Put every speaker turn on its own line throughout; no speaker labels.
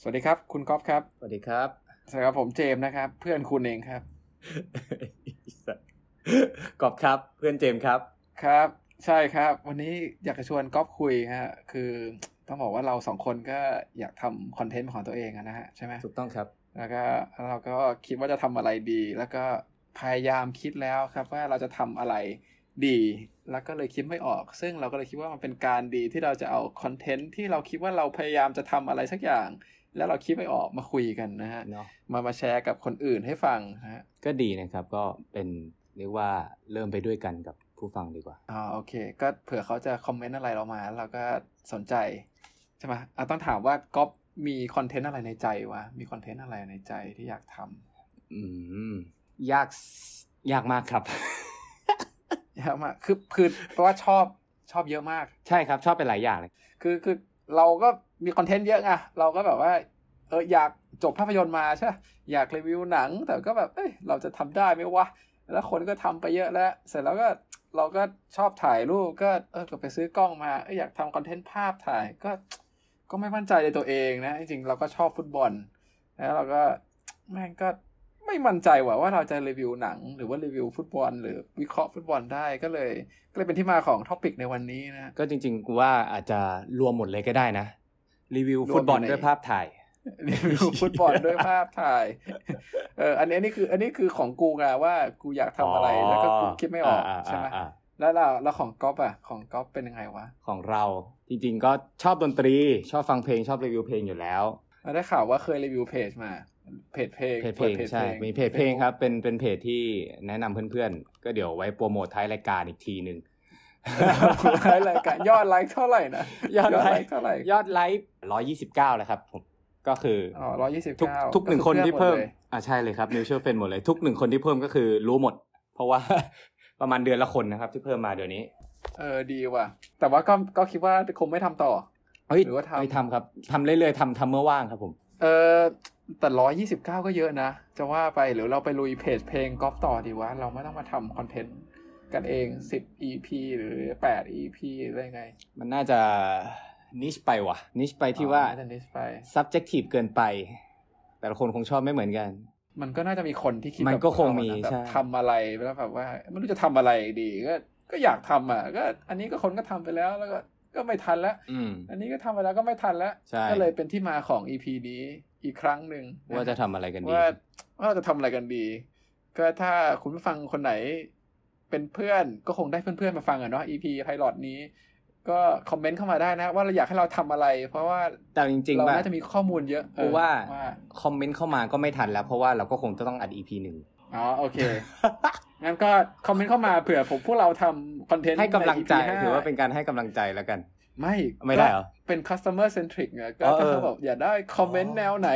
สวัสดีครับ คุณก๊อฟครับ
สวัสดีครับ
สวัสดีครับผมเจมส์นะครับ เพื่อนคุณเองครับ
อีสัตว์กอบครับ เพื่อนเจมส์ครับ
ครับ ใช่ครับ วันนี้อยากจะชวนก๊อฟคุยฮะ คือต้องบอกว่าเราสองคนก็อยากทำคอนเทนต์ของตัวเองอะนะฮะใช่ไหม
ถูกต้องครับ
แล้วก็เราก็คิดว่าจะทำอะไรดี แล้วก็พยายามคิดแล้วครับว่าเราจะทำอะไรดี แล้วก็เลยคิดไม่ออก ซึ่งเราก็เลยคิดว่ามันเป็นการดีที่เราจะเอาคอนเทนต์ที่เราคิดว่าเราพยายามจะทำอะไรสักอย่าง แล้วเราคิดไม่ออกมาคุยกันนะฮะ
เนาะ
มามาแชร์กับคนอื่นให้ฟังนะฮะ
ก็ดีนะครับก็เป็นเรียกว่าเริ่มไปด้วยกันกับผู้ฟังดีกว่า
อ๋อโอเคก็เผื่อเขาจะคอมเมนต์อะไรเรามาเราก็สนใจ ใช่ไหมอ่ะต้องถามว่าก๊อฟมีคอนเทนต์อะไรในใจวะมีคอนเทนต์อะไรในใจที่อยากทำ
อืม ยากยากมากครับ
เยอะมากคือคือเพราะว่าชอบชอบเยอะมาก
ใช่ครับชอบเป็นหลายอย่างเลย
คือคือเราก็มีคอนเทนต์เยอะไงเราก็แบบว่าเอออยากจบภาพยนตร์มาใช่ปะอยากรีวิวหนัง แต่ก็แบบเอ้ยเราจะทำได้ไหมวะแล้วคนก็ทำไปเยอะแล้ว เสร็จแล้วก็เราก็ชอบถ่ายรูปก็เออก็ไปซื้อกล้องมาเอยอยากทำคอนเทนต์ภาพถ่ายก็ ก็ไม่มั่นใจในตัวเองนะ จริงๆเราก็ชอบฟุตบอล แล้วเราก็แม่งก็ไม่มั่นใจว่าว่าเราจะรีวิวหนัง หรือว่ารีวิวฟุตบอล หรือวิเคราะห์ฟุตบอลได้ก็เลย ก็เลยเป็นที่มาของท็อปิกในวันนี้นะ
ก็จริงๆกูว่าอาจจะรวมหมดเลยก็ได้นะ รีวิว
รวม
ฟุตบอล
อยู่ใน
ด้วยภาพถ่าย
รีวิว ฟุตบอลด้วยภาพถ่าย เออ อันนี้อันนี้คือ อันนี้คือของกูไงว่ากูอยากทำอะไรแล้วก็กูคิดไม่ออกใช่ไหม
อ่าๆๆ
แล้วเราแล้วของก๊อฟอ่ะ ของก๊อฟเป็นยังไงวะ
ของเราจริงๆก็ชอบดนตรี ชอบฟังเพลงชอบรีวิวเพลงอยู่แล้ว
เราได้ข่าวว่าเคยรีวิวเพจมา เพจเพลง
เพจเพล
ปิด
งใช่มีเพจเพลงครับ เป็นเป็นเพจที่แนะนำเพื่อนๆ ก็เดี๋ยวไว้โปรโมทท้ายรายการอีกทีหนึ่ง
อะไรรายการยอดไลค์เท่าไหร่นะ
ยอดไลค์
เท่าไหร่
ยอดไลค์ร้อยี่สิบเก้าแล้วครับผมก็คืออ
อ๋อร้อยยี่สิบ
ทุก
เก้า
ทุกหนึ่งคนที่เพิ่มอ่าใช่เลยครับนิวเชอร์เฟนหมดเลย ทุกหนึ่งคนที่เพิ่มก็คือรู้หมด เพราะว่า ประมาณเดือนละคนนะครับ ที่เพิ่มมาเดี๋ยวนี้
เออดีว่ะ แต่ว่าก็ก็คิดว่าคงไม่ทำต่อ
เฮ้ย
หรือว่าทำ
เฮ้ยทำครับทำเรื่อยๆทำทำเมื่อว่างครับผม
เออแต่ร้อยี่สิบเก้าก็เยอะนะ จะว่าไปหรือเราไปลุยเพจเพลงกอล์ฟต่อดีวะ เราไม่ต้องมาทำคอนเทนต์กันเองสิบ EP หรือแปด EP หรือยังไง
มันน่าจะนิชไปว่ะนิชไปที่ว่า
จะนิสไป
subjective เกินไป แต่ละคนคงชอบไม่เหมือนกัน
มันก็น่าจะมีคนที่คิด
มันก็
แบบพวเรา
คงมี
นะแบบ
ใช่
ทำอะไรแล้วแบบว่าไม่รู้จะทำอะไรดีก็ก็อยากทำอ่ะ ก็อันนี้ก็คนก็ทำไปแล้วแล้วก็ก็ไม่ทันแล้ว
อืม
อันนี้ก็ทำไปแล้วก็ไม่ทันแล้ว
ใช่
ก็เลยเป็นที่มาของ EP นี้อีกครั้งหนึ่งนะ
ว่าจะทำอะไรกันดี
ว่าว่าเราจะทำอะไรกันดี ก็ถ้าคุณผู้ฟังคนไหนเป็นเพื่อนก็คงได้เพื่อนๆมาฟังอะเนาะ EP ไพลอตนี้ ก็คอมเมนต์เข้ามาได้นะ ว่าเราอยากให้เราทำอะไร เพราะว่า
แต่จริง
เรา
ๆว่า
น่าจะมีข้อมูลเยอะ
เพราะว่า
เออ
คอมเมนต์เข้ามาก็ไม่ทันแล้ว เพราะว่าเราก็คงจะต้องอัด EP หนึ่ง
อ๋อโอเค งั้นก็คอมเมนต์เข้ามาเผื่อผมพวกเราทำคอนเทนต์
ให้กำลังใจ
น EP
ถือว่าเป็นการให้กำลังใจแล้วกัน
ไม่
ไม่ได้เหร
ก
อ
็เป็น customer centric ไงก็
อ๋อเออ
ถ้าเขาบอกอยากได้คอมเมนต์
อ๋อ
แนวไหน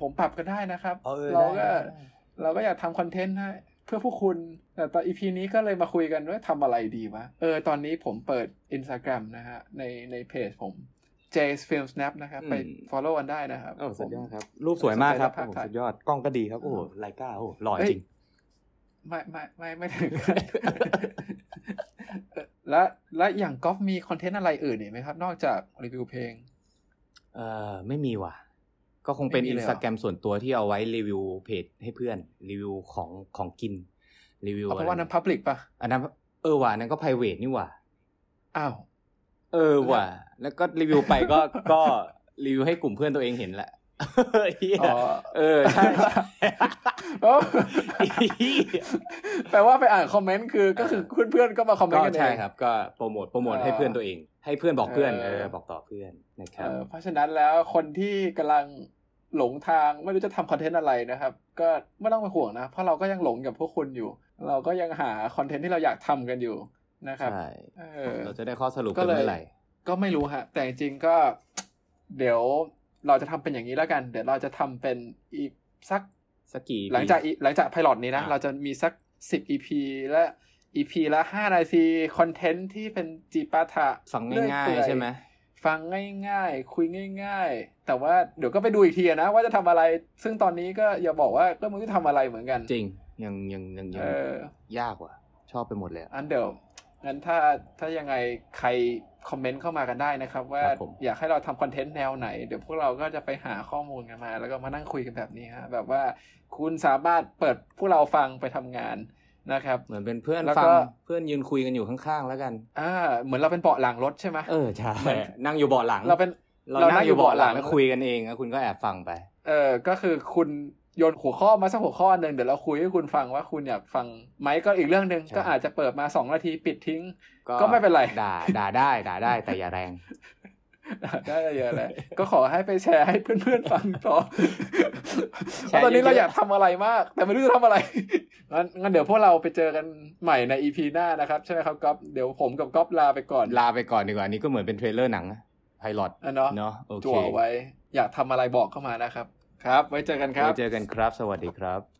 ผมปรับก็ได้นะครับ
ออ
เราก็
ได้
เราก็อยากทำคอนเทนต์ให้เพื่อผู้คุณแต่ตอนอีพีนี้ก็เลยมาคุยกันว่าทำอะไรดีวะ เออ ตอนนี้ผมเปิด Instagram นะฮะ ในในเพจผม J's Film Snap นะครับ ไป follow กันได้นะครับ
โอ้สุดยอด
ผม
ครับ รูปสวยมากครับ
สนใจ
โอ้
ภาพถ่าย
สุดยอดกล้องก็ดีครับโอ้ไลกาโอ้หล่อ
เอ้ย
จริง
ไม่ไม่ไม่ไม่ถึงกันเออ และและอย่างก๊อฟมีคอนเทนต์อะไรอื่นอีกไหมครับ นอกจากรีวิวเพลง
เออไม่มีว่ะ ก็คงเป็น
ไม่มี
อิน
เลยเหรอ
สตาแกรมส่วนตัวที่เอาไว้รีวิวเพจให้เพื่อน รีวิวของของกิน รีวิว
เอา
อะ
เพ
ไร
ราะว่านั้น public ปะ
อันนั้นเออว่ะอันนั้นก็ p r i v a t นี่ว่ะ
อ้าว
เออว่ะ แล้วก็รีวิวไปก็ ก็รีวิวให้กลุ่มเพื่อนตัวเองเห็นแหละ เหี้ย
อ๋อ
เออใช่ใช่
เอ อแปลว่าไปอ่านคอมเมนต์คือก็คือเพื่อนๆก็มาคอมเมน
ก็
ต์กันเอง
ใช่ครับก็โปรโมทโปรโมท
เออ
ให้เพื่อนตัวเอง ให้เพื่อนบอกเพื่อน
เอ
เอ
อ
อบอกต่อเพื่อนนะครับ
เอ่อเพราะฉะนั้นแล้วคนที่กำลังหลงทางไม่รู้จะทำคอนเทนต์อะไรนะครับ ก็ไม่ต้องไปห่วงนะ เพราะเราก็ยังหลงกับพวกคุณอยู่ เราก็ยังหาคอนเทนต์ที่เราอยากทำกันอยู่นะครับ
ใช่
เออ
เราจะได้ข้อสรุป
ก็
กัน
เลย
เมื่อไหร่
ก็ไม่รู้ฮะ แต่จริงๆก็เดี๋ยวเราจะทำเป็นอย่างนี้แล้วกัน เดี๋ยวเราจะทำเป็นอีกสัก
สักกี่
หลังจากอีหลังจากพายลอตนี้นะ
อ่ะ
เราจะมีสักสิบ EP และ EP ละห้านาทีคอนเทนต์ที่เป็นจีปาถะ
ฟังง่ายๆใช่ไหม
ฟังง่ายๆ คุยง่าย ๆ แต่ว่าเดี๋ยวก็ไปดูอีกทีอะนะ ว่าจะทำอะไร ซึ่งตอนนี้ก็อย่าบอกว่าก็มึงจะทำอะไรเหมือนกัน
จริงยังยังยังยั
เอง อย
ากว่ะ ชอบไปหมดเลยอะ
อันเดี๋ยว งั้นถ้าถ้ายังไงใครคอมเมนต์เข้ามากันได้นะครับ ว่า
ครับผม
อยากให้เราทำคอนเทนต์แนวไหน เดี๋ยวพวกเราก็จะไปหาข้อมูลกันมา แล้วก็มานั่งคุยกันแบบนี้ฮะแบบว่าคุณสามารถเปิดพวกเราฟังไปทำงานนะครับ
เหมือนเป็นเพื่อน
แล้ว
ฟั
ก็
งเพื่อนยืนคุยกันอยู่ข้างๆแล้วกัน
อ่าเหมือนเราเป็นเบาะหลังรถใช่ไหม
เออใช่
เหมือน
นั่งอยู่เบาะหลัง
เราเป็น
เรา
เรานั่
นั่
ง
ง
อ
อยู่ ยู่เบาะหลัง
เบาะหลัง
แล้วคุยกันเองแล้วคุณก็แอบฟังไป
เออก็คือคุณโยนหัวข้อมาสักหัวข้อหนึ่งเดี๋ยวเราคุยให้คุณฟังว่าคุณอยากฟังไหมก็อีกเรื่องหนึ่ง
ใช่
ก็อาจจะเปิดมาสองนาทีปิดทิ้ง ก็ไม่เป็นไร
ด่าด่าได้ด่าได้แต่อย่าแรง
ได้เยอะเลยก็ขอให้ไปแชร์ให้เพื่อนๆฟังต่อ
แช
เพราะ
ร์
ตอนนี้
เยอะๆ
เราอยากทำอะไรมาก แต่ไม่รู้จะทำอะไรงั้นงั้นเดี๋ยวพวกเราไปเจอกันใหม่ในอีพีหน้านะครับ ใช่ไหมครับก๊อฟเดี๋ยวผมกับก๊อฟลาไปก่อน
ลาไปก่อนดีกว่าอันนี้ก็เหมือนเป็นเทรลเลอร์หนังไพลอต
อ่ะเนาะ
เนาะโอเค
จั่วไว้ อยากทำอะไรบอกเข้ามานะครับ ครับ ไว้เจอกันครับ
ไว้เจอกันครับ สวัสดีครับ